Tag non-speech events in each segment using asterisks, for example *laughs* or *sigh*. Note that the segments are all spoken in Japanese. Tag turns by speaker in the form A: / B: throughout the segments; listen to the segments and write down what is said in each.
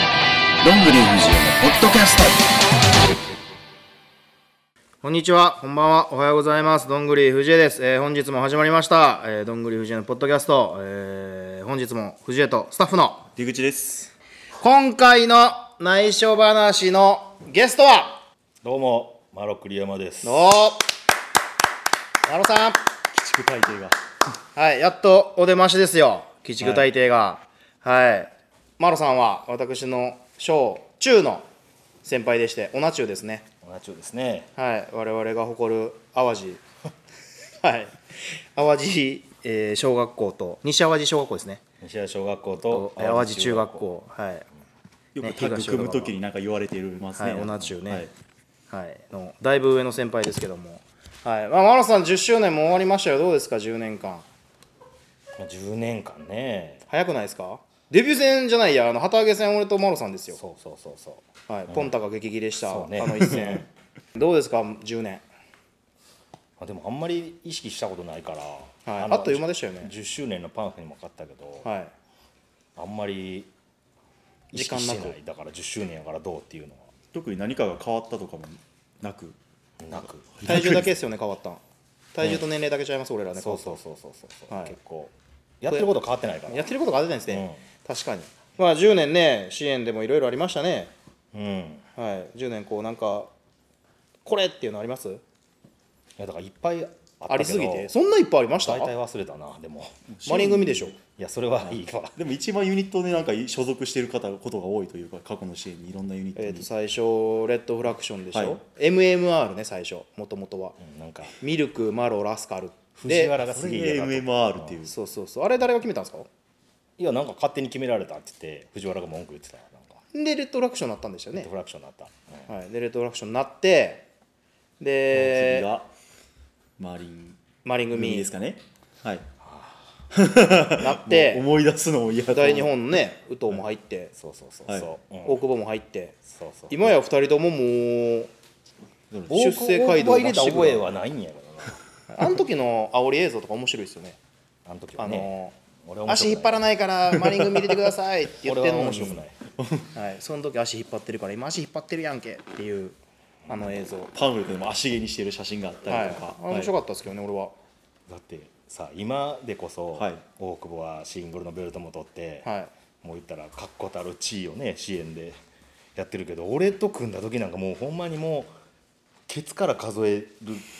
A: どんぐり藤枝のポッドキャスト
B: こんにちは、こんばんは、おはようございます。どんぐり藤江です。えー本日も始まりました、えーどんぐり藤江のポッドキャスト、えー本日も藤江とスタッフの、
C: 出口です
B: 今回の内緒話のゲストは、
C: どうもマロックリヤマです
B: どうマロさん
C: 鬼畜大帝が
B: はい、やっとお出ましですよ、鬼畜大帝が。はい、マロさんは私の小中の先輩でして、オナ中ですね。
C: 同じようですね
B: はい、我々が誇る淡路 *laughs* はい淡路、えー小学校と西淡路小学校ですね
C: 西原小学校
B: と
C: と
B: 淡路中学校はい、
C: よ
B: ね
C: くタッグ組むときに何か言われていますね
B: はい同じよね
C: はい
B: はい、のだいぶ上の先輩ですけどもはいまあ、マロさん10周年も終わりましたよどうですか10年間
C: まあ10年間ね
B: 早くないですかデビュー戦じゃないやあの旗揚げ戦俺とマロさんですよ、
C: そうそうそうそう
B: はい、ポンタが激切れした、
C: そうね
B: あの一
C: *laughs*
B: 戦どうですか10年、
C: まあでもあんまり意識したことないから、
B: はい、
C: の
B: あっという間でしたよね
C: 10周年のパンフにも買ったけど、 *laughs*
B: はい
C: あんまり意識
B: 時間
C: し
B: な
C: て
B: く
C: ないだから10周年やからどうっていうの
D: 特に何かが変わったとかもなく
C: はなく
B: 体重だけですよね変わったん体重と年齢だけちゃいます俺らね
C: そうそうそうそうそう、
B: はい
C: 結構やってること変わってないから
B: やってることが出てないですね、確かにまあ10年ね支援でもいろいろありましたね
C: うん
B: はい10年こうなんかこれっていうのあります
C: いやだからいっぱいあったけど
B: ありすぎてそんないっぱいありました
C: 大体忘れたなでも
B: マリン組でしょ
C: いやそれはいいわ
D: でも一番ユニットでなんか所属している方ことが多いというか過去の支援にいろんなユニットに、
B: えー、と最初レッドフラクションでしょ、
D: はい
B: MMR ね最初もともとは
C: うんなんか
B: ミルクマロラスカル
C: 藤
B: で
C: 原がす
D: それ
C: げえ
D: で
C: 嫌だと
D: MMR っていう
B: そうそうそうあれ誰が決めたんですか
C: いやなんか勝手に決められたって言って藤原が文句言ってたなんか
B: でレッドフラクションになったんですよね
C: デ、フラクションになった、うん
B: はい、でレッドフラクションになってで
D: 次がマリン
B: マリン
D: 組
B: 組
D: ですかねはい
B: になって
D: もう思い出すのも嫌だ
B: 大日本のね武藤も入って、
C: そうそうそう
D: はい
C: そう、うん
B: 大久保も入って
C: そうそう
B: 今や二人とももう
C: 大
B: 出
C: 久
B: 世街道
C: 大久保入れた覚えはないんやけどな
B: あの時の煽り映像とか面白いですよね
C: あの時
B: あ
C: は
B: の
C: ね俺面白くな
B: 足
C: い
B: 引っ張らないからマリング見れてくださいって言って
C: 俺
B: る
C: は
B: の
C: 面
B: に
C: 白くない
B: はい、その時足引っ張ってるから今足引っ張ってるやんけっていうあの映像は
D: パンフレットでも足毛にしている写真があったり
B: い
D: とか、
B: あれ面白かったですけどね俺は
C: だってさ今でこそ、
D: はい
C: 大久保はシングルのベルトも取って、
B: はい
C: もう言ったら確固たる地位をね支援でやってるけど俺と組んだ時なんかもうほんまにもうケツから数える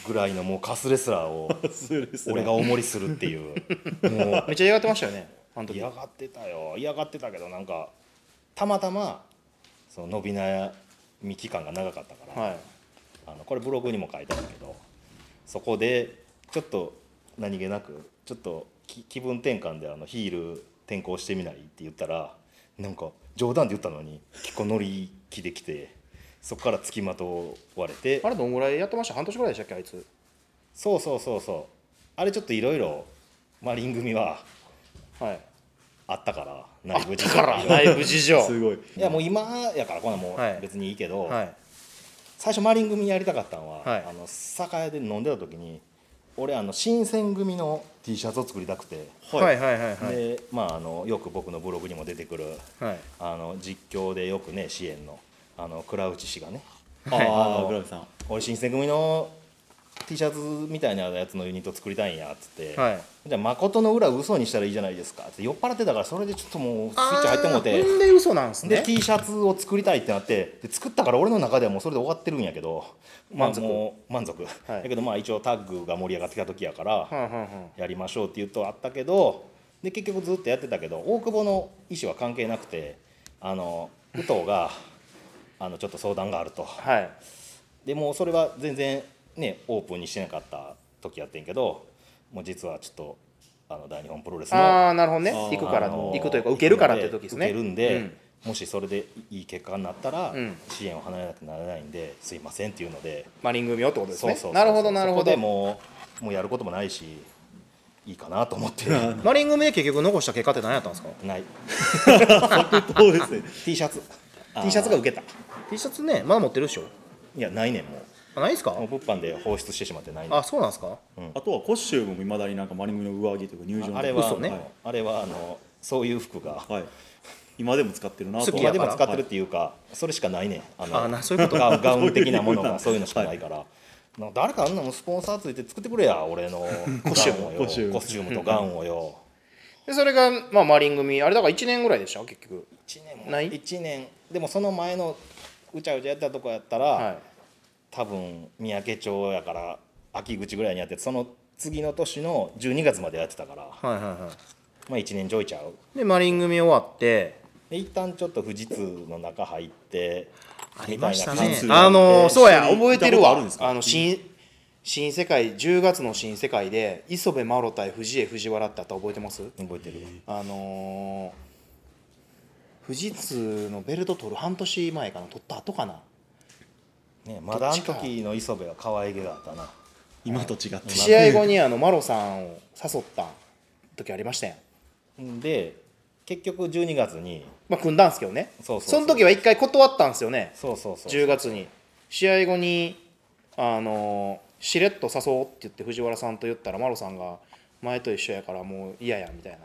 C: ぐらいのもうカスレスラー *laughs* を
D: そうですね
C: 俺がおもりするっていう *laughs* もう
B: めっちゃ嫌がってましたよねあの時
C: 嫌がってたよ嫌がってたけどなんかたまたまその伸び悩み期間が長かったから、
B: はい
C: あのこれブログにも書いてあるけどそこでちょっと何気なくちょっとき気分転換であのヒール転向してみないって言ったらなんか冗談で言ったのに結構乗り気できてそこからつきまとわれて
B: あれどんぐらいやってました半年ぐらいでしたっけあいつ
C: そうそうそうそうあれちょっといろいろマリン組は
B: はい
C: あったから内部事
B: だ
C: 情
B: から内部事情
D: すごい
C: いやもう今やからこんなんも
B: はいう
C: 別にいいけど、
B: はい
C: 最初マリン組やりたかったのは、
B: はい
C: あの酒屋で飲んでた時に俺あの新選組の T シャツを作りたくて、
B: はいはいはいはい
C: でまああのよく僕のブログにも出てくる
B: はい
C: あの実況でよくね支援のあの倉内氏がね
D: ああグラムさん
C: 俺新選組の T シャツみたいなやつのユニット作りたいんやっつって、
B: はい
C: じゃあ誠の裏嘘にしたらいいじゃないですかって酔っ払ってたからそれでちょっともうスイッチ入ってもうて
B: あーんで嘘なんですね
C: で T シャツを作りたいってなってで作ったから俺の中ではもうそれで終わってるんやけど、まあ、
B: 満足
C: もう満足、
B: はい
C: だけどまあ一応タッグが盛り上がってきた時やから、
B: はんはんはん
C: やりましょうって言うとあったけどで結局ずっとやってたけど大久保の意思は関係なくてあの武藤があのちょっと相談があると
B: はい
C: でもうそれは全然ねオープンにしてなかった時やってんけどもう実はちょっとあの大日本プロレスの
B: ああなるほどね
D: あー
B: 行くから
C: あの
B: 行くというか受けるからっていう時ですね
C: 受けるんで、もしそれでいい結果になったら、
B: うん
C: 支援を離れなくならないんですいませんっていうので
B: マリン組をってことです
C: そう
B: ね
C: そうそう
B: なるほどなるほ
C: そこで
B: ど
C: もうもうやることもないしいいかなと思って
B: マリン組で結局残した結果って何やったんですか
C: ない
D: そうですね
C: T シャツ
D: あー
C: T シャツが受けた
B: T シャツねまだ持ってるでしょ
C: いやないねんも
B: あないですか
C: うもう物販で放出してしまってないねん
B: あそうなんですか
D: あとはコスチュームもいまだになんかマリン組の上着というか入場の
C: ああれはあ
B: 嘘
C: の、
B: ね
C: あれはあのそういう服が
D: はい今でも使ってるなと
B: 好き
C: 今
B: や
C: で
B: から
C: も使ってるっていうかそれしかないねんあ
B: あなそういうこと
C: ガウンガウン的なものがそういうのしかないから、なんか誰かあんなのスポンサーついて作ってくれや俺のコ
D: スチューム
C: ガウンをよ
D: コスチューム
C: コスチュームとガウンをよ
B: でそれが、まあ、マリン組あれだから1年ぐらいでした結局
C: 1年も
B: ない
C: 一年でもその前のうちゃうちゃやったとこやったら、
B: はい
C: 多分三宅町やから秋口ぐらいにやってその次の年の12月までやってたから、
B: はいはいは
C: まあ1年ちょいちゃう
B: いでマリン組終わって
C: で一旦ちょっと富士通の中入って
B: ありました
C: みたいな
B: ね
C: 感じ
D: ね
B: あのー
D: 一緒に
B: そうや覚えてる
D: 行ったことあ
B: わ
D: るんですか
B: あの新新世界10月の新世界で磯部マロ対藤江藤原ってあった覚えてます
C: 覚えてる
B: あのー富士通のベルト取る半年前かな取った後かな
C: ねまだあの
B: どっちか
C: 時の磯部は可愛げがあったな
D: 今と違って
B: 試合後にあのマロさんを誘った時ありましたやん
C: で結局12月に
B: まあ組んだんですけどね
C: そうそうそう
B: の時は一回断ったんですよね
C: そうそうそう
B: 10月に試合後にあのーしれっと誘おうって言って藤原さんと言ったらマロさんが前と一緒やからもう嫌やみたいな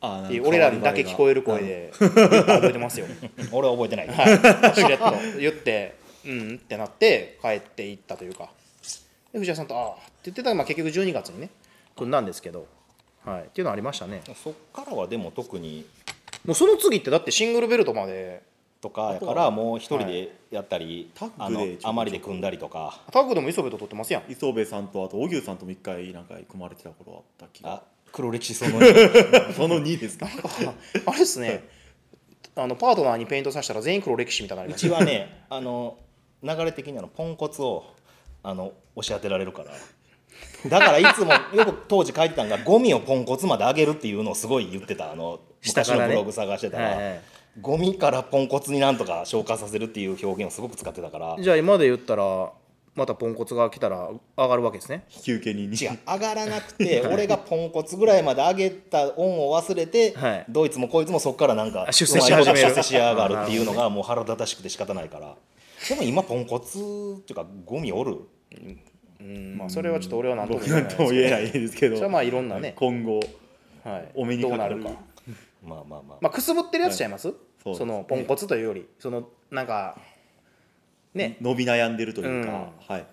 D: あなん
B: っ
D: か
B: ていう俺らにだけ聞こえる声で言った覚えてますよ
C: 俺は覚えてないけど、
B: はい、しれっと言ってうんってなって帰っていったというかで藤原さんと「ああ」って言ってたら、まあ、結局12月にね組んだんですけど、はい、っていうのはありましたね
C: そっからはでも特に
B: もうその次ってだってシングルベルトまで
C: とかやからもう一人でやったり、
D: はいタ
C: あ
D: ッグで
C: の
D: ちょっと
C: あまりで組んだりとか
B: タッグでも磯部と取ってますやん
D: 磯部さんとあと荻生さんとも一回なんか組まれてた頃あった気
C: あ
D: が
C: 黒歴史その2
D: その2ですか
B: *laughs* あれですねあのパートナーにペイントさせたら全員黒歴史みたいになり
C: う
B: ま
C: ち
B: した
C: はねあの流れ的にあのポンコツをあの押し当てられるからだからいつもよく当時書いてたんがゴミをポンコツまで上げるっていうのをすごい言ってたあの
B: 下
C: 昔
B: からね
C: のブログ探してたら、
B: はいはい
C: ゴミからポンコツになんとか消化させるっていう表現をすごく使ってたから
B: じゃあ今で言ったらまたポンコツが来たら上がるわけですね
D: 引き受け人に
C: 違う上がらな
B: *laughs*
C: くて俺がポンコツぐらいまで上げた恩を忘れて、
B: はい
C: どいつもこいつもそこからなんか
B: あ出世し始める
C: うまいこと出世しやがるっていうのがもう腹立たしくて仕方ない
B: *laughs*
C: からでも今ポンコツっていうかゴミおる
B: うんまあそれはちょっと俺は何とも
D: *laughs* 僕
B: 言えな
D: ないんとも言え
B: です
D: ないですけど
B: それはまあいろんなね
D: 今後
B: はい
D: お目に
B: どう
D: かか
B: な
D: る
B: るか
C: まあまあまあ、
B: まあ、くすぶってるやつちゃいます、
D: そうですね
B: そのポンコツというよりそのなんかね
D: 伸び悩んでるというか、はい
C: うん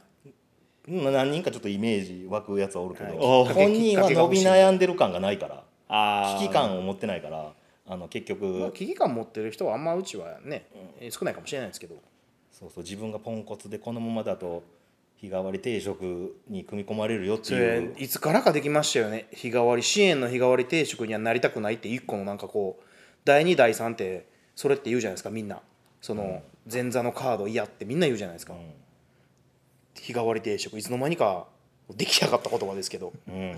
C: 何人かちょっとイメージ湧くやつはおるけど、
D: はいあー
C: 本人は伸び悩んでる感がないから
D: あ
C: 危機感を持ってないからあの結局、
B: まあ危機感持ってる人はあんまうちはね、えー少ないかもしれないですけど
C: そうそう自分がポンコツでこのままだと日替わり定食に組み込まれるよって
B: そ
C: い
B: れ
C: う
B: いつからかできましたよね日替わり支援の日替わり定食にはなりたくないって一個のなんかこう第2第3ってそれって言うじゃないですかみんなその前座のカード嫌ってみんな言うじゃないですか、
C: ん
B: 日替わり定食いつの間にかできやがった言葉ですけど
C: うん、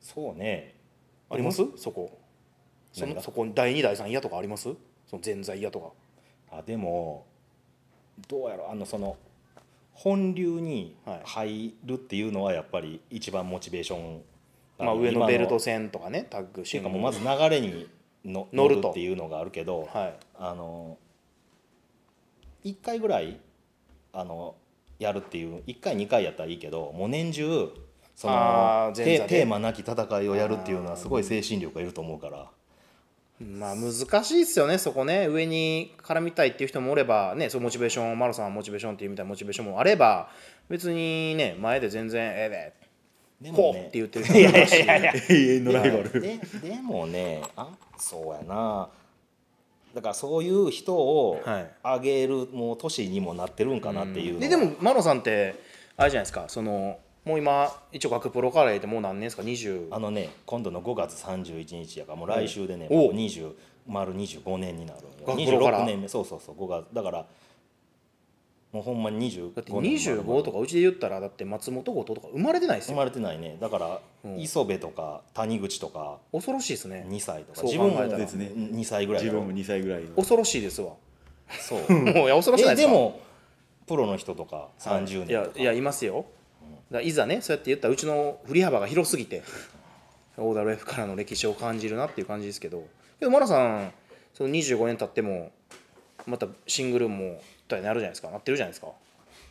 C: そうね
B: ありますそこそ
C: 何
B: の
C: が
B: そこに第2第3嫌とかありますその前座嫌とか
C: あでもどうやろうあのその本流に
B: はい
C: 入るっていうのはやっぱり一番モチベーションが
B: まあ、上のベルト
C: っ
B: 戦とかねタッグ
C: て
B: シ
C: いう
B: ーか
C: かも
B: も
C: う
B: ま
C: ま
B: ず
C: ず流れにの
B: 乗
C: 乗
B: る
C: る
B: と
C: っていうのがあるけど、
B: はい
C: あの1回ぐらいあのやるっていう1回2回やったらいいけどもう年中そ
B: あ
C: の
B: ー前
C: テ
B: 座で
C: テーマなき戦いをやるっていうのはすごい精神力がいると思うから。
B: まあ難しいっすよねそこね上に絡みたいっていう人もおればねそうモチベーションマロさんはモチベーションっていうみたいなモチベーションもあれば別にね前で全然ええ
C: で
B: で
C: も
B: こう
C: ね
B: って言ってる人もいますし
D: 永遠のライバル
C: ででもねあそうやなだからそういう人を
B: はい
C: あげる、もう年にもなってるんかなっていうのは
B: ででもマロさんってあれじゃないですかそのもう今一応学プロから入れてもう何年ですか20
C: あのね今度の5月31日やからもう来週でね、
B: お
C: もう20丸25年になる
B: 学
C: 二
B: プロから
C: 26年目そうそうそう5月だからもうほんまに25
B: だって
C: 年
B: 25とかうちで言ったらだって松本後藤とか生まれてないです
C: 生
B: よ
C: まれてないねだから、磯部とか谷口とか
B: 恐ろしいですね
C: 2歳とか
B: そう
C: 自
B: 考
C: 分
B: えたら
C: も
D: ですね
C: 2歳ぐらい
D: 自
C: やろ
D: 分も2歳ぐらいの
B: 恐ろしいですわ
C: そう
B: もういや恐ろしい
C: え
B: です
C: で
B: か
C: もプロの人とか30年
B: いや
C: とか、
B: いやいますよだからいざねそうやって言ったらうちの振り幅が広すぎて OWF からの歴史を感じるなっていう感じですけどけどマラさんその25年経ってもまたシングルもとはなるじゃないですかなってるじゃないですか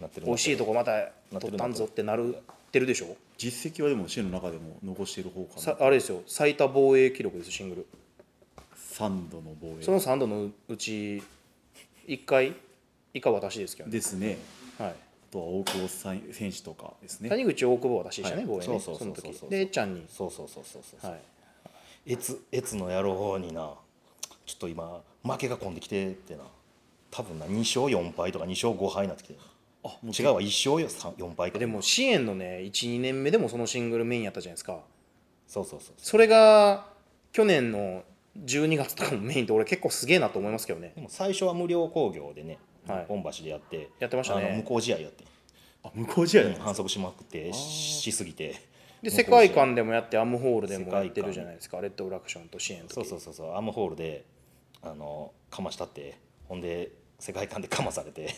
C: なってる
B: 美味しいとこまた
C: なってる
B: 取ったんぞってなるってるでしょ
D: 実績はでも市の中でも残している方か
B: さ
D: な
B: あれですよ最多防衛記録ですシングル
D: 3度の防
B: その
D: 衛
B: 3度のうち1回以下私ですけどね、
D: ですね
B: はい、
D: あとは大久保さん選手とかですね
B: 谷口大久保私でしたね、
C: はい
B: 防衛ね
C: そうそうそう
B: の
C: そう
B: 時
C: そう
B: でえっちゃんに、
C: そうそうそうそうそう、
B: はい、
C: えつえつの野郎になちょっと今負けが込んできてってな多分な2勝4敗とか2勝5敗になってきてる
D: あも
C: 違うわ1勝4敗か
B: でも支援のね12年目でもそのシングルメインやったじゃないですか
C: そうそうそう
B: それが去年の12月とかもメインって俺結構すげえなと思いますけどね
C: でも最初は無料興行でね、
B: はい
C: 本橋でやって
B: やってましたね
C: あの向こう試合やって、
D: あ向こう試合
C: う
D: なんんです
C: 反則しまくってしすぎて
B: で
C: 向こう
B: 世界観でもやってアムホールでもやって
C: 世界観
B: るじゃないですかレッドオラクションと支援と
C: そうそうそうそうアームホールであのかましたってほんで世界観でかまされて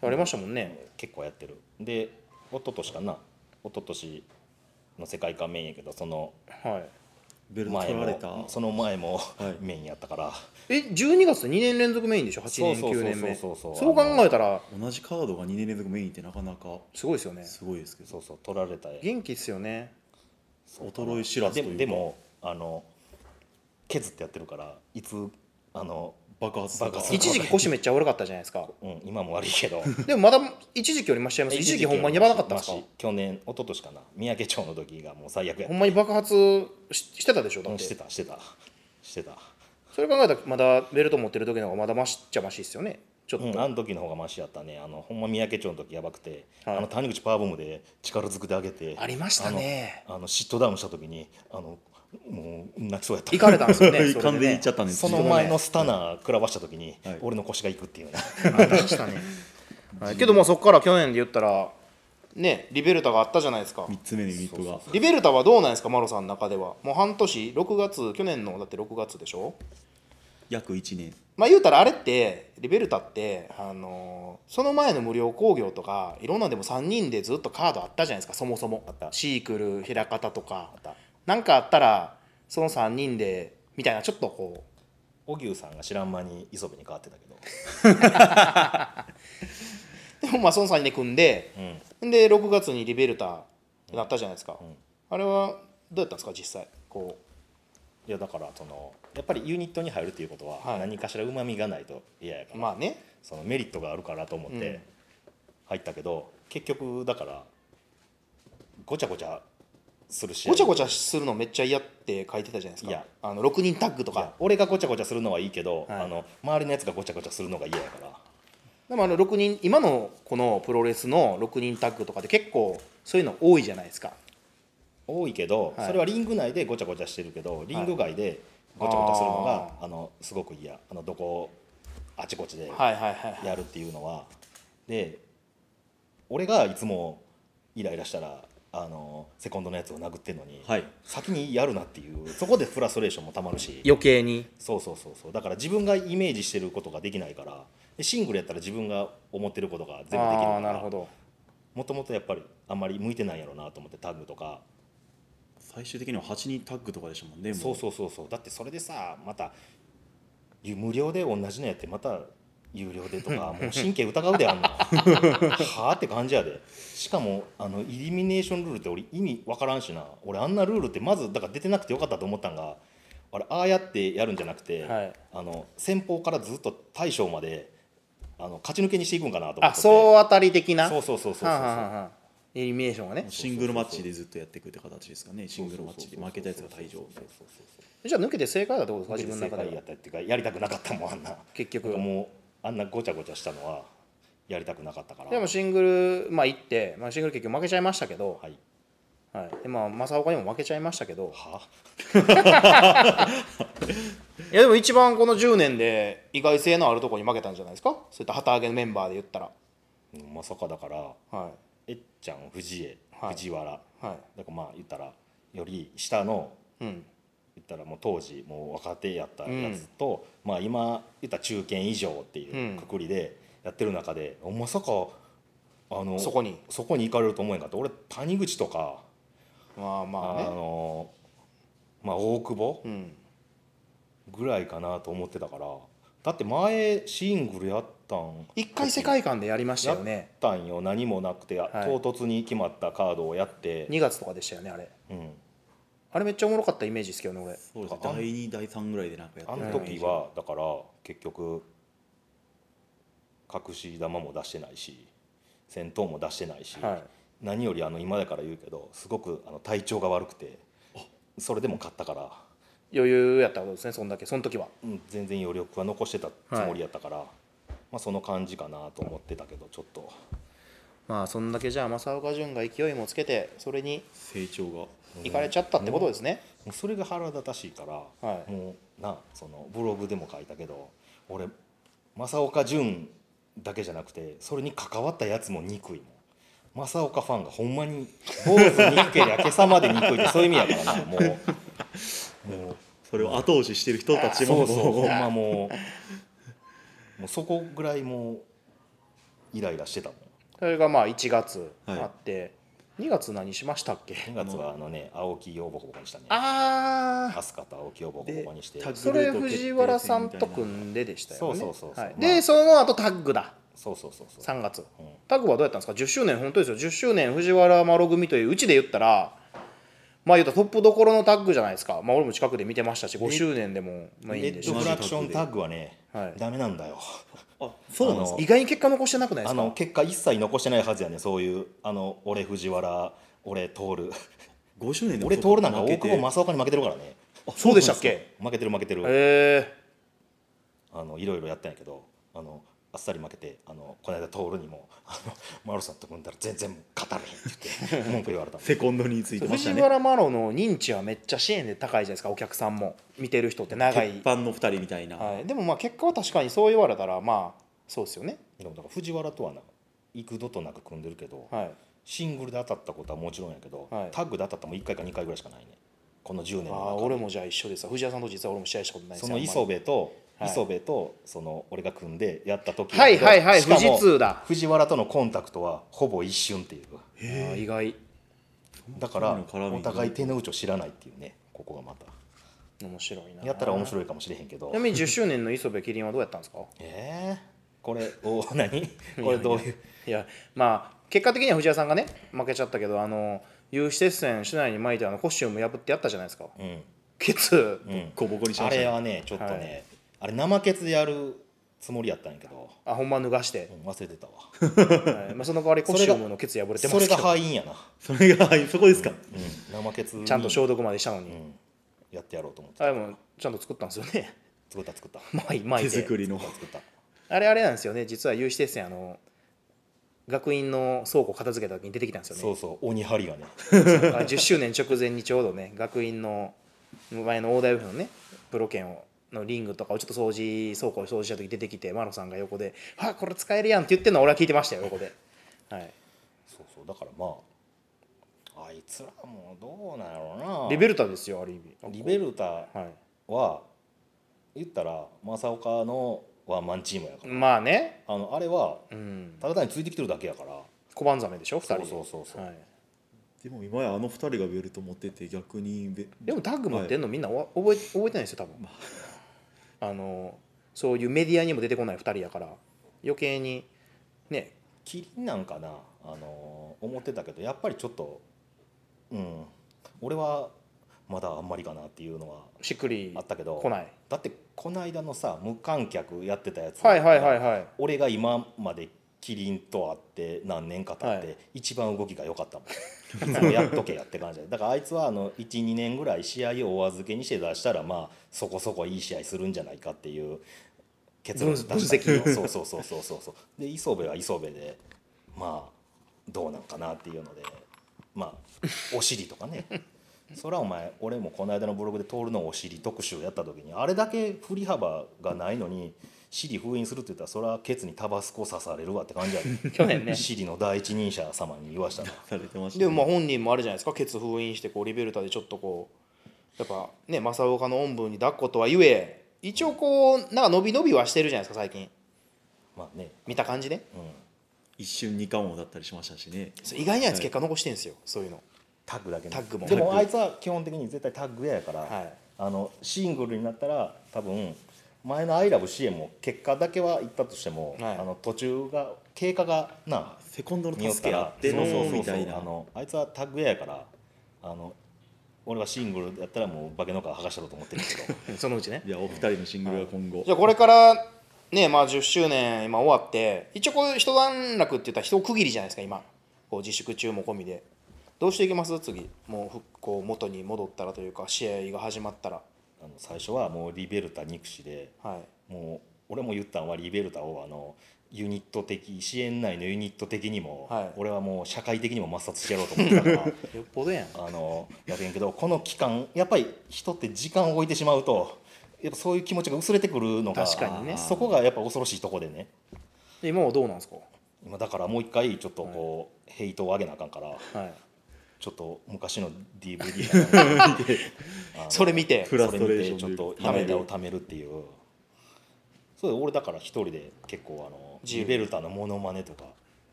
B: ありましたもんね
C: 結構やってるで一昨年かな一昨年の世界観メインやけどその
B: はい
D: ベルト
C: 前
D: 取られた
C: もその前も、
D: はい
C: メインやったから
B: え12月で2年連続メインでしょ8年
C: そうそうそう
B: 9年目
C: そ
B: そうう
C: そうそう
B: 考えたら
D: 同じカードが2年連続メインってなかなか
B: すごいですよね
D: すごいですけど
C: そうそう取られた
B: 元気っすよね
D: 衰え知らずと
C: で
D: いうか
C: もでもあの削ってやってるからいつあの、
D: 爆発とか
C: 爆発
B: 一時期腰めっちゃ悪かったじゃないですか
C: うん、今も悪い
B: *laughs*
C: けど
B: でもまだ一時期より増しちゃいます一時期ほんまにやばなかったんですか
C: マシ去年一昨年かな三宅町の時がもう最悪や
B: ほんまに爆発ししてたでしょだ
C: う
B: っ
C: んして
B: て
C: たしてたしてた
B: それ考えたらまだベルト持ってる時の方がまだマシっちゃマシっすよねちょっと、
C: うん、あの時の方がマシやったねあのほんま三宅町の時やばくて、
B: はい
C: あの谷口パワーボムで力ずくで上げて
B: ありましたね
C: あのあのシットダウンした時にあのもう泣きそうやった
B: 行かれたんで
D: *laughs*
B: すよねそれでね
D: 完全にいっちゃったんです
C: そ
D: ね
C: の前のスタナー食らわした時に、
D: はい
C: 俺の腰がいくっていうね *laughs*
B: はいけどもそこから去年で言ったらねリベルタがあったじゃないですか
D: 3つ目のユニットが
B: リベルタはどうなんですかマロさんの中ではもう半年6月去年のだって6月でしょ
D: 約1年
B: まあ言うたらあれってリベルタって、あのーその前の無料工業とかいろんなでも3人でずっとカードあったじゃないですかそもそも
C: あった
B: シークル平方とか
C: た
B: なんかあったらその3人でみたいなちょっとこ
C: 荻生さんが知らん間に磯部に変わってたけど、
B: うでもまあその3人で組んで
C: うん、
B: で6月にリベルタなったじゃないですか、
C: ん
B: あれはどうやったんですか実際こ
C: いやだからそのやっぱりユニットに入るっていうこと
B: は
C: はい何かしらうまみがないと嫌やか
B: う
C: ら、
B: まあね
C: そのメリットがあるからと思っ
B: うん
C: て入ったけど、結局だからごちゃごちゃする試合
B: ごちゃごちゃするのめっちゃ嫌って書いてたじゃないですか
C: いや
B: あの6人タッグと
C: いや
B: か
C: 俺がごちゃごちゃするのはいいけど、
B: はい
C: あの周りのやつがごちゃごちゃするのが嫌やから
B: でもあの6人今のこのプロレスの6人タッグとかって結構そういうの多いじゃないですか
C: 多いけど、
B: はい
C: それはリング内でごちゃごちゃしてるけどリング外でごちゃごちゃするのが、
B: あ
C: あのすごく嫌あのどこあちこちで
B: はいはいはい
C: やるっていうのはで俺がいつもイライラしたらあのセコンドのやつを殴ってんのに、
D: はい
C: 先にやるなっていうそこでフラストレーションもたまるし
B: 余計に
C: そうそうそうそうだから自分がイメージしてることができないからでシングルやったら自分が思ってることが全部できる
B: あ
C: か
B: あなる
C: ら
B: ほど
C: もともとやっぱりあんまり向いてないやろうなと思ってタッグとか
D: 最終的には8人タッグとかでしたもんねも
C: そうそうそうそうだってそれでさまたゆ無料で同じのやってまた有
B: *laughs*
C: 料でとかもう神経疑うであんのはあって感じやでしかもあのイリミネーションルールって俺意味わからんしな俺あんなルールってまずだから出てなくてよかったと思ったんがあれああやってやるんじゃなくて、
B: はい
C: あの先方からずっと大将まであの勝ち抜けにしていくんかなと思
B: あ
C: ってて
B: 総当たり的な
C: そうそうそうそうそう
B: はあはあはあエリミネーションがね
D: シングルマッチでずっとやっていくって形ですかねシングルマッチで負けたやつが退場みたいな
C: そうそうそう
B: じゃあ抜けて正解だってことですか
C: 自
B: 自
C: 分
B: 分の中で
C: の中でや
B: は
C: ったっていうかやりたくなかったもんあんな
B: 結局
C: なんかもうあんなごちゃごちゃしたのはやりたくなかったから
B: でもシングルまあ行って、まあ、シングル結局負けちゃいましたけど、
C: はい
B: はいでまあ、正岡にも負けちゃいましたけど
C: はい
B: やでも一番この10年で意外性のあるところに負けたんじゃないですかそういった旗揚げのメンバーで言ったら
C: うんまさかだから
B: は
C: えっちゃん藤江
B: はい
C: 藤原、
B: いは
C: だからまあ言ったらより下の
B: いうん
C: 言ったらもう当時もう若手やったやつと、まあ今言ったら中堅以上ってい
B: ん
C: うくくりでやってる中で、まさかあの
B: そこに
C: そこに行かれると思えんかった俺谷口とか
B: まあ
C: あ
B: まあね
C: のまあ大久保、
B: うん
C: ぐらいかなと思ってたからだって前シングルやったん
B: 一回世界観でやりましたよね
C: やったんよ何もなくて、
B: い
C: 唐突に決まったカードをやって、
B: 2月とかでしたよねあれ
C: うん、
B: あれめっちゃおもろかったイメージですけどね俺
D: そうですね
C: あん
D: 第2第3ぐらいでなんかやって
C: あ
D: る
C: の時はだから結局隠し玉も出してないし戦闘も出してないし、
B: はい
C: 何よりあの今だから言うけどすごくあの体調が悪くてそれでも勝ったから、
B: 余裕やったことですねそんだけその時は
C: うん全然余力は残してたつもりやったから、まあ、その感じかなと思ってたけどちょっと
B: まあそんだけじゃあ正岡潤が勢いもつけてそれに
D: 成長が
B: 行かれちゃったってことですね、
C: もうそれが腹立たしいから、
B: はい
C: もうなそのブログでも書いたけど俺正岡潤だけじゃなくてそれに関わったやつも憎いもん正岡ファンがほんまに坊主憎けりゃ今朝まで憎いってそういう意味やからなもうもう
D: それを後押ししてる人たち
C: そ
D: も
C: うそうほん
D: も
C: まもうもうそこぐらいもうイライラしてたもん
B: それがまあ1月
D: はい
B: あって、2月何しましたっけ
C: 2月はあのね青木をボコボコにしたね
B: ああ
C: 飛鳥と青木をボコボコにして
D: でタッグ
B: それ藤原さんと組んででしたよね
C: そうそうそうそう
B: はい
C: まあ
B: でその後タッグだ
C: そうそうそうそう
B: 3月
C: うん
B: タッグはどうやったんですか10周年本当ですよ10周年藤原マロ組といううちで言ったらまあ言ったらトップどころのタッグじゃないですかまあ俺も近くで見てましたし5周年でもまあいい
C: レ
B: んで
C: ッ
B: しょ
C: ド
B: う
C: フラクションタッグはね、
B: はい
C: ダメなんだよ
D: *laughs* あそうなんですか
B: 意外に結果残してなくないで
C: あ
B: すか
C: の結果一切残してないはずやねそういうあの俺藤原俺徹
D: 5周年でも
C: 俺徹なんか
D: 負け
C: 大
D: て
C: 久保正岡に負けてるからね
D: あ
B: そうでしたっけ
C: 負けてる負けてる、
B: え
C: あのいろいろやったんやけどあのあっさり負けてあのこの間徹にも「あのマロさんと組んだら全然勝たれへん」って言って文句言われたの
D: セコンドについ
B: ー
D: てました
B: 藤
D: ね
B: 原マロの認知はめっちゃ支援で高いじゃないですかお客さんも見てる人って長
D: 鉄
B: い、
D: 板の2人みたいな、
B: はい、でもまあ結果は確かにそう言われたらまあそうですよね
C: でもだから藤原とはな幾度となく組んでるけど、
B: はい
C: シングルで当たったことはもちろんやけど、
B: はい
C: タッグで当たったのも1回か2回ぐらいしかないねこの10年
B: あ
C: の中
B: あ
C: で
B: 俺もじゃあ一緒ですわ藤原さんと実は俺も試合したことないです
C: そ
B: よあ
C: の
B: んまり
C: 磯部と、
B: はい
C: 磯部とその俺が組んでやった時
B: はいはいはい
C: しかも
B: 富士通だ
C: 藤原とのコンタクトはほぼ一瞬っていう
B: あー意外
C: だから
D: そんな絡み
C: お互い手の内を知らないっていうねここがまた
B: 面白いな
C: やったら面白いかもしれへんけど
B: ちなみに10周年の磯部キリンはどうやったん
C: *laughs*
B: ですか
C: えー、これお何これどういう
B: いやまあ結果的には藤原さんがね負けちゃったけどあの有刺鉄線市内に巻いてあのコスチューム破ってやったじゃないですか
C: うん
B: ケツ
C: うん
D: ボコボコにしま
C: あ
D: したね
C: れはねちょっとね、
B: はい
C: あれ生ケツでやるつもりやったんやけど、
B: あほんま脱がして
C: う、ん忘れてたわ
B: はいまあ、その代わりコスチュームのケツ破れて
C: そ
B: ます
C: れ
B: け
C: が
B: ど
C: 敗因やな、
D: それがはいそこですか、
C: うん、生ケツに
B: ちゃんと消毒までしたのに、
C: うん、やってやろうと思って
B: あれもちゃんと作ったんですよね *laughs*
C: 作った作った
B: 巻い巻
D: 手
B: いて
D: 作りの
C: 作った
B: あれあれなんですよね実は有刺鉄線あの学院の倉庫片付けた時に出てきたんですよね
C: そうそう鬼張りがね
B: あ10周年直前にちょうどね学院の前の大台風のねプロ券をのリングとかをちょっと掃除倉庫を掃除した時出てきてマロさんが横で「あこれ使えるやん」って言ってるのは俺は聞いてましたよ横で、はい、
C: *laughs* そうそうだからまああいつらもどうなんやろうな
B: リベルタですよある意味
C: リベルタ
B: は
C: は言ったら正岡のワンマンチームやか
B: い、
C: ら、
B: まあね、
C: あのあれは
B: うん、
C: ただ単についてきてるだけやから
B: 小判ザメでしょ2人
C: そうそうそうそう、
B: はい、
D: でも今やあの2人がベルト持ってて逆にベ
B: でもタッグ持ってんのみんなお覚え覚えてないですよ多分あのそういうメディアにも出てこない2人やから余計にね
C: キリンなんかな、あのー思ってたけどやっぱりちょっとうん俺はまだあんまりかなっていうのは
B: しっくり
C: あったけど
B: 来ない
C: だってこの間のさ無観客やってたやつ
B: はいはいはいはい
C: 俺が今までキリンと会って何年か経って、
B: はい
C: 一番動きが良かったもんいつもやっとけやって感じだだからあいつはあの12年ぐらい試合をお預けにして出したらまあそこそこいい試合するんじゃないかっていう結論出
B: 分
C: したけどそうそうそうそうそうそうで磯部は磯部でまあどうなんかなっていうのでまあお尻とかねそらお前俺もこの間のブログで徹のお尻特集やった時にあれだけ振り幅がないのに尻封印するって言ったらそらケツにタバスコ刺されるわって感じやで
B: 去年ね
C: 尻の第一人者様に言わしたら
D: されてましたね
B: でもまあ本人もあるじゃないですかケツ封印してこうリベルタでちょっとこうやっぱね正岡のおんぶに抱っことはいえ一応こうなんか伸び伸びはしてるじゃないですか最近
C: *laughs* まあね
B: 見た感じね
C: うん
D: 一瞬二冠王だったりしましたしね
B: そう意外にあいつ結果残してるんですよ、そういうの
C: タッグだけね
B: タッグも
C: でもあいつは基本的に絶対タッグややから、
B: はい
C: あのシングルになったら多分前の「ILOVECM」も結果だけは言ったとしても、
B: はい
C: あの途中が経過がな
D: セコンド
C: に
D: の
C: よっ
D: 助
C: た
D: けあ
C: ら
D: っての
C: そうそうそう
D: みたいな
C: あのあいつはタッグややからあの俺はシングルやったらもう化けの皮剥がしたろうと思ってるけ
B: *laughs*
C: ど
B: そのうちね
D: いやお二人のシングルは今後
B: じゃあこれからねまあ10周年今終わって一応こういう一段落って言ったら一区切りじゃないですか今こう自粛中も込みでどうしていきます次もう復興元に戻ったらというか試合が始まったら
C: あの最初はもうリベルタ憎しで
B: はい
C: もう俺も言ったんはリベルタをあのユニット的支援内のユニット的にも、
B: はい
C: 俺はもう社会的にも抹殺してやろうと思ってたから。
B: *laughs* よっぽどやん
C: あのやけんけどこの期間やっぱり人って時間を置いてしまうとやっぱそういう気持ちが薄れてくるのが
B: 確かにね
C: そこがやっぱ恐ろしいとこでね
B: で今はどうなんですか
C: 今だからもう一回ちょっとこう、ヘイトを上げなあかんから
B: はい
C: ちょっと昔の DVD やなあの
B: それ見
D: *laughs*
B: て
D: フラスト
C: そ
D: レ
C: れ
D: ーシ
C: 見てちょ
D: ョ
C: っ
D: ン
C: と
D: で
C: イライラをためるっていうそう俺だから一人で結構あの
B: 自由
C: リベルタのモノマネとか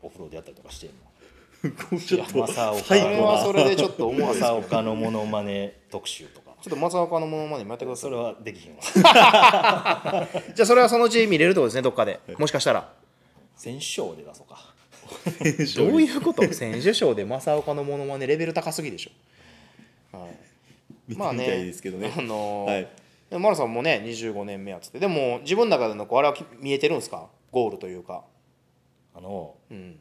C: お風呂でやったりとかしてん
D: *laughs*
C: の
D: ちょっ
C: いや
D: と
C: 正岡
D: 最
B: それ
D: 後
B: は
D: は
B: それでちょっと思わずち
C: 正
B: ょ
C: 岡のモノマネ特集とか
B: っと松岡のものまでもやってくださ
C: そ
B: い
C: れはできひん
D: *laughs*
C: わ
B: じゃあそれはそのうち見れるってことですねどっかでもしかしたら
C: 全賞で出そうか
B: どういうこと選手賞で正岡のものまねレベル高すぎでしょ、はい、
D: 見てみたいですけどね
B: あの
D: *laughs*
B: ー
D: はい
B: でもマラさんもね25年目やっつってでも自分の中でのこうあれはき見えてるんですかゴールというか、
C: あの
B: うん、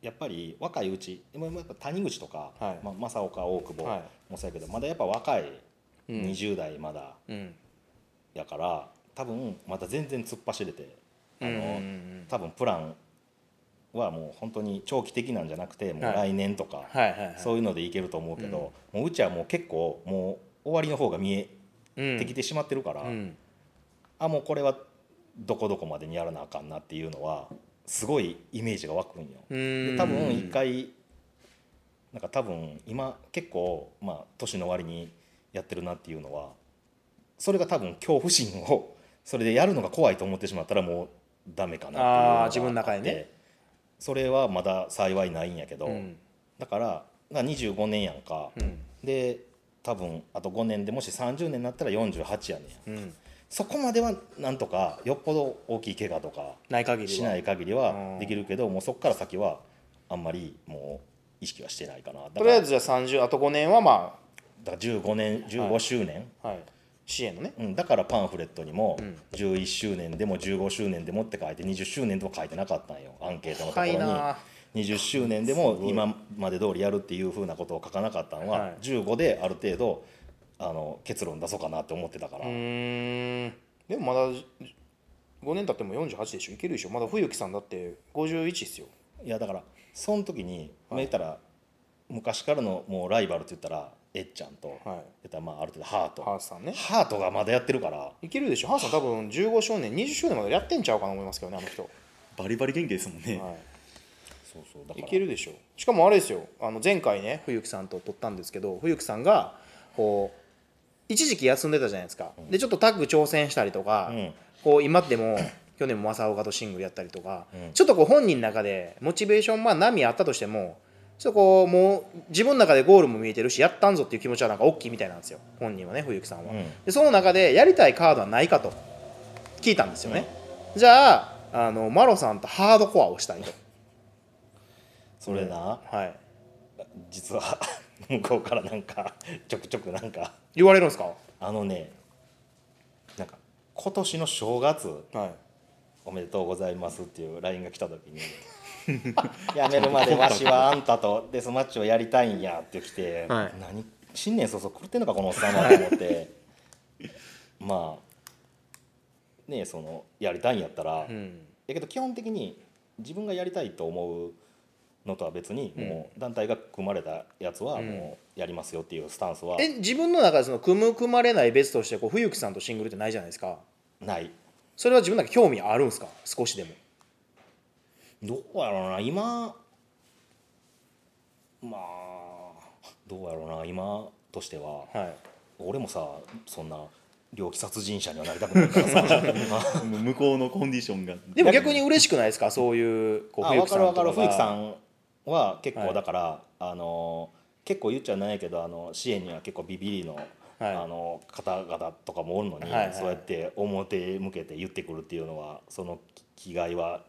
C: やっぱり若いうちでもやっぱ谷口とか、
B: はい
C: ま正岡大久保
B: はい
C: もそうやけど、まだやっぱ若い
B: うん
C: 20代まだ
B: うん
C: やから多分また全然突っ走れてあの、
B: うんうんうん
C: 多分プランはもう本当に長期的なんじゃなくてもう
B: はい
C: 来年とか、
B: はいはいはい
C: そういうのでいけると思うけど、もううちはもう結構もう終わりの方が見え
B: うん
C: てきてしまってるから、
B: うん
C: あもうこれはどこどこまでにやらなあかんなっていうのはすごいイメージが湧くんよ。
B: うん
C: で多分一回なんか多分今結構まあ年の割にやってるなっていうのはそれが多分恐怖心を *laughs* それでやるのが怖いと思ってしまったらもうダメかなっていうのが
B: あー自分の中でね
C: あってそれはまだ幸いないんやけど、
B: うん
C: だからが25年やんか、
B: うん
C: で多分あと5年でもし30年になったら48やねん
B: うん
C: そこまではなんとかよっぽど大きい怪我とか
B: ない限りは
C: しない限り
B: う
C: は
B: ん
C: できるけど、もうそこから先はあんまりもう意識はしてないかなだか
B: とりあ
C: ら
B: えずじゃあ30あと5年はま
C: だから15年15周年、
B: あ、はい、支援のね
C: うん、だからパンフレットにも11周年でも15周年でもって書いて20周年とも書いてなかったんよアンケートのところに
B: 深いな。
C: 20周年でも今まで通りやるっていうふうなことを書かなかったのは、
B: はい
C: 15である程度あの結論出そうかなって思ってたから、
B: うーんでもまだ5年経っても48でしょいけるでしょまだ冬木さんだって51っすよ
C: いやだからその時に言ったら昔からのもうライバルって言ったらえっちゃんと、
B: はい
C: 言ったらまあある程度ハート
B: ハースさんね
C: ハートがまだやってるから
B: いけるでしょハースさん多分15周年20周年までやってんちゃうかな思いますけどねあの人、
D: バリバリ元気ですもんね
B: はい
C: そうそうだか
B: い
C: ら
B: けるでしょしかもあれですよあの前回ね冬木さんと撮ったんですけど冬木さんがこう一時期休んでたじゃないですか、でちょっとタッグ挑戦したりとか、
C: うん
B: こう今でも
C: *clears throat*
B: 去年も正岡とシングルやったりとか、
C: うん
B: ちょっとこう本人の中でモチベーションまあ波あったとしてもちょっとこうもう自分の中でゴールも見えてるしやったんぞっていう気持ちはなんか大きいみたいなんですよ本人はね冬木さんは、
C: うん
B: でその中でやりたいカードはないかと聞いたんですよね、じゃああのマロさんとハードコアをしたいと
C: それな、
B: はい
C: 実は *laughs* 向こうからなんかちょくちょくなんか
B: 言われるんですか
C: あのねなんか今年の正月
B: はい
C: おめでとうございますっていう LINE が来
B: *laughs*
C: た時に「やめるまでわしはあんたとデスマッチをやりたいんや」って来て「
B: はい
C: 何新年早々狂ってんのかこのおっさんは」と
B: *laughs*
C: 思ってまあねえそのやりたいんやったら、や
B: ん
C: けど基本的に自分がやりたいと思うのとは別に、もう団体が組まれたやつはもうやりますよっていうスタンスは
B: え自分の中でその組む組まれない別としてこう冬木さんとシングルってないじゃないですか
C: ない。
B: それは自分だけ興味あるんですか少しでも
C: どうやろうな今まあどうやろうな今としては、
B: はい
C: 俺もさそんな猟奇殺人者にはなりたくないからさ
D: もう向こうのコンディションが
B: でも逆に嬉しくないですかそういうこう
C: あ
B: 冬
C: 分
B: 木
C: か
B: さんと
C: る
B: か
C: 分かる
B: が
C: 冬木さんは結
B: は
C: 構
B: い
C: だから、あの結構言っちゃないけどあの支援には結構ビビりの,、
B: はい
C: あの方々とかもおるのに、
B: はいはい
C: そうやって表向けて言ってくるっていうのはその気概は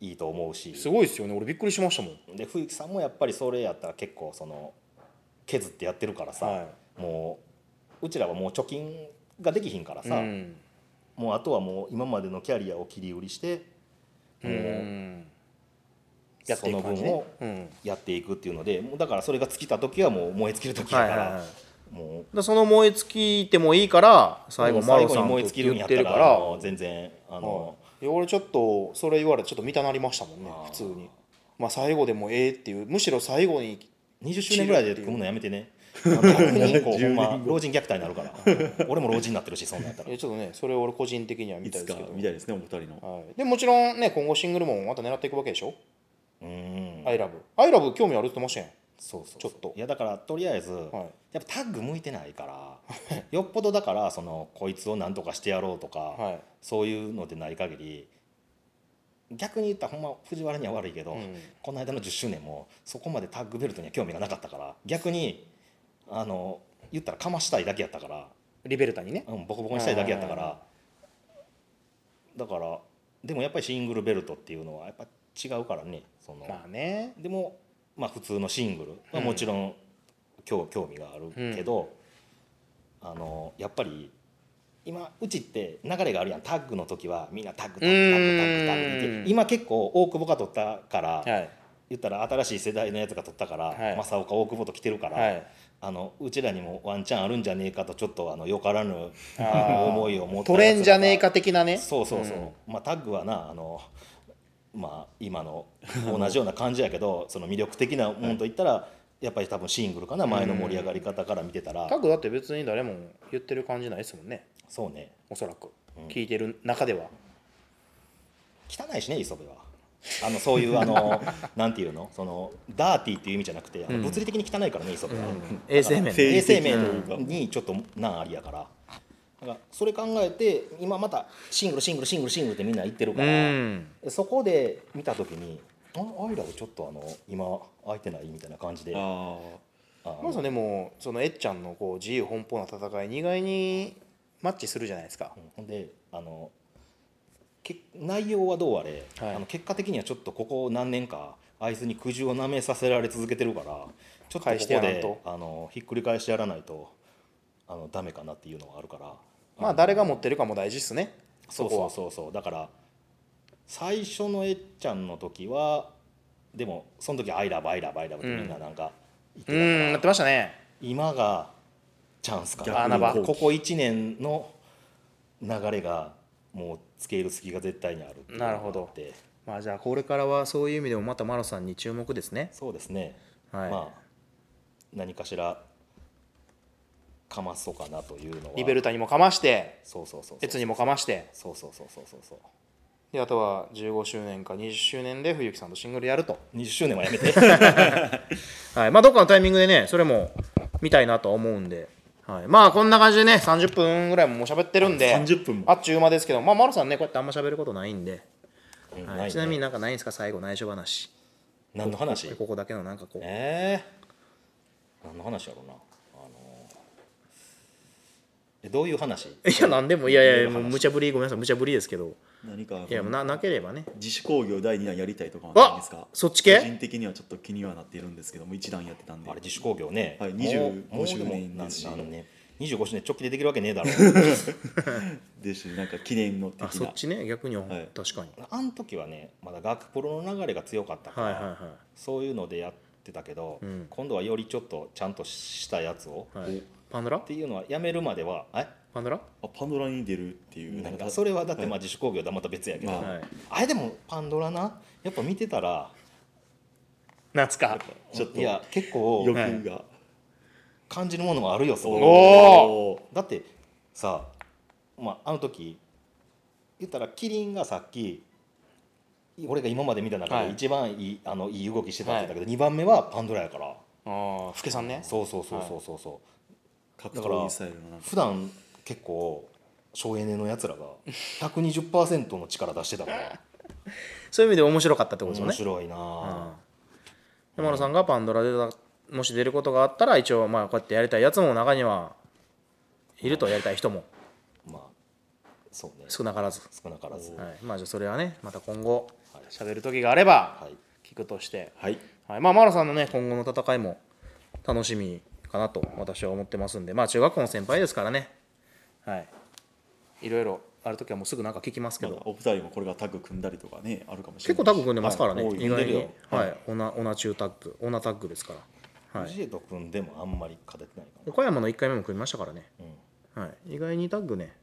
C: いいと思うし
B: すごいですよね俺びっくりしましたもん
C: で冬木さんもやっぱりそれやったら結構その削ってやってるからさ、
B: は
C: もううちらはもう貯金ができひんからさ、
B: うん
C: もうあとはもう今までのキャリアを切り売りしてもう
B: うんやっていく感じ
C: その
B: ね、
C: 分
B: うん
C: やっていくっていうのでもうだからそれが尽きた時はもう燃え尽きる時
B: は
C: だ
B: い
C: か
B: はい
C: ら、
B: はいだか
C: もう
B: らその燃え尽きてもいいから最後マロ
C: 最
B: さん
C: 後に
B: と
C: 燃え
B: って
C: 尽きるん
B: 言
C: や
B: っ
C: った
B: て
C: ら
B: るから
C: もう全然あの、
B: はいいや俺ちょっとそれ言われてちょっと見たなりましたもんね
C: あー
B: 普通にまあ最後でもええっていうむしろ最後に
C: 20周年ぐらいで組むのやめてねあの逆にこうほんま老人虐待になるから俺も老人になってるしそんなんやった
B: い
C: ら
B: やちょっとねそれを俺個人的には見
D: い
B: たい
D: つ
B: で
D: か
B: すけど
D: 見たいですねお二人の
B: はい、でもちろんね今後シングルもまた狙っていくわけでしょ
C: うん
B: 「アイラブアイラブ興味あるって言ってましたやん
C: そうそう
B: ちょっと
C: いやだからとりあえず、
B: い
C: やっぱタッグ向いてないからよっぽどだからそのこいつを何とかしてやろうとか、
B: はい
C: そういうのでない限り逆に言ったらほんま藤原には悪いけど、
B: ん
C: この間の10周年もそこまでタッグベルトには興味がなかったから逆にあの言ったらかましたいだけやったから、
B: リベルタにね
C: うん、ボコボコにしたいだけやったか
B: はいは
C: らだからでもやっぱりシングルベルトっていうのはやっぱ違うからねその、
B: まあね
C: でも、まあ、普通のシングルはもちろん興興味があるけど、あのやっぱり今うちって流れがあるやんタッグの時はみんなタッグタッグタッグタッグタッグって言
B: う
C: っ
B: ん
C: て今結構大久保が取ったから、
B: はい
C: 言ったら新しい世代のやつが取ったから、
B: はい
C: 正岡大久保と来てるから、
B: はい
C: あのうちらにもワンチャンあるんじゃねえかとちょっとあのよからぬ
B: あー
C: *laughs* 思いを持って
B: 取れんじゃねえか的なね
C: そうそうそう、まあタッグはなあのまあ今の同じような感じやけ
B: *laughs*
C: どその魅力的なもんといったら、やっぱり多分シングルかな前の盛り上がり方から見てたら、
B: タグだって別に誰も言ってる感じないですもんね
C: そうね
B: おそらく、聞いてる中では
C: 汚いしね磯部はあのそういう
B: *laughs*
C: あのなんていうのそのダーティーっていう意味じゃなくてあの物理的に汚いからね磯部は、
B: 衛生面
D: で
C: 衛生面にちょっと難ありやから。だからそれ考えて今またシングルシングルシングルシングルってみんな言ってるか
B: う
C: ら、
B: ん
C: そこで見た時に「あアイラブちょっとあの今空いてない」みたいな感じであ
D: あ
C: の
B: まあさんでもそのえっちゃんのこう自由奔放な戦いに意外にマッチするじゃないですか
C: うんほんであのけ内容はどうあれ、
B: はい
C: あの結果的にはちょっとここ何年かあいつに苦渋を舐めさせられ続けてるからちょっとこ
B: 返
C: こ
B: してやらんと
C: であのひっくり返してやらないとあのダメかなっていうのはあるから
B: まあ誰が持ってるかも大事っすね
C: そうそうそうそうだから最初のえっちゃんの時はでもその時「アイラブアイラブアイラブ」ってみんななんか言って
B: う
C: たから、
B: んなってましたね
C: 今がチャンスかな
B: 穴場
C: ここ1年の流れがもうつけ入る隙が絶対にあるっていうのがあって
B: なるほまあじゃあこれからはそういう意味でもまたマロさんに注目ですね
C: そうですね、
B: はい
C: まあ何かしらかまそうかなというのは
B: リベルタにもかまして
C: そうそうそうそ
B: エ
C: う
B: ツにもかまして
C: そうそうそうそうそうそう
B: であとは15周年か20周年で冬木さんとシングルやると、
C: 20周年はや
B: *laughs*
C: めて
B: はいまあ、どっかのタイミングでねそれも見たいなとは思うんで、はい、まあこんな感じでね30分ぐらいももう喋ってるんで
D: 30分も
B: あっちゅう間ですけどまあマロさんねこうやってあんま喋ることないんで、
C: うん
B: はい
C: ないね
B: ちなみになんかないんですか最後内緒話
C: 何の話
B: ここだけのなんかこう
C: ええ何の話やろうなあのえどういう話
B: いや何でもいやいやもう無茶ぶりごめんなさい無茶ぶりですけど
D: 何か
B: いやもうななければね
D: 自主工業第2弾やりたいとかはないん
B: あ
D: ですか
B: そっち
D: 個
B: 系
D: 人的にはちょっと気にはなっているんですけども1弾やってたんで
C: あれ自主工業ね、
D: はい
C: もう
D: 25
C: もう
D: 周
C: でも
D: 年ですし
C: ななんね、25周年直帰でできるわけねえだろう
D: ですしなんか記念の
B: あ
D: 的
B: そ
D: な
B: っちね逆に、
D: い
B: 確かに
C: あの時はねまだ学プロの流れが強かったから、
B: はいはいは
C: そういうのでやってたけど、
B: うん
C: 今度はよりちょっとちゃんとしたやつを、
B: い、
C: っ
B: はい、パンドラ
C: ていうのはやめるまではえ
B: パンドラ
D: あパンドラに出るっていう
C: なん
D: なんか
C: かそれはだってまあ自主工業だまた別やけど、
D: ま
B: はい
C: あれでもパンドラなやっぱ見てたら
B: 夏か
D: ちょっと
C: いや結構
D: 欲が、
B: はい
C: 感じるものがあるよすごい
B: お
C: だってさ、まあ、あの時言ったらキリンがさっき俺が今まで見た中
B: は
C: で
B: い
C: 一番いい,、あのいい動きしてたって言ったけど、二2番目はパンドラやから
B: ああ福さんね
C: そうそうそうそうそうそう、
D: 格
C: だから
D: 闘技スタイルのなんか
C: 普段結構省エネのやつらが120%の力出してたから
B: *laughs* そういう意味で面白かったってこと
C: 面
B: ですよね
C: 白いなあ、
B: 山田さんがパンドラでだもし出ることがあったら一応まあこうやってやりたいやつも中にはいるとやりたい人も
C: まあそうね
B: 少なからず、
C: 少なからず、
B: はい、まあじゃあそれはねまた今後
C: はい
B: 喋る時があれば
C: はい
B: 聞くとして、
D: はい
B: はい、まあマラさんのね今後の戦いも楽しみかなと私は思ってますんでまあ中学校の先輩ですからねはいいろいろある時はもうすぐなんか聞きますけ
D: なん
B: ど
D: かお二人もこれがタッグ組んだりとかねあるかもしれ
B: 結
D: な
B: 構
D: い
B: タッグ組んでますからね、
D: はい
B: 意外に、
D: は
B: はいい、オナオナ中タッグ、オナタッグですから、はい、
C: 藤江と組んでもあんまり勝ててないか
B: 岡山の1回目も組みましたからね、
C: な、うん
B: はい、意外にタッグね、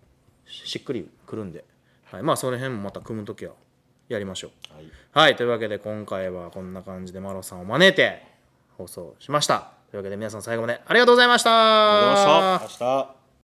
B: ししっくりくるんで、はい、まあ、その辺もまた組むときはやりましょう。
C: はい、
B: はい、というわけで、今回はこんな感じでマロさんを招いて放送しました。というわけで、皆さん、最後までありがとうございました。
D: ありがとうございました
C: 明日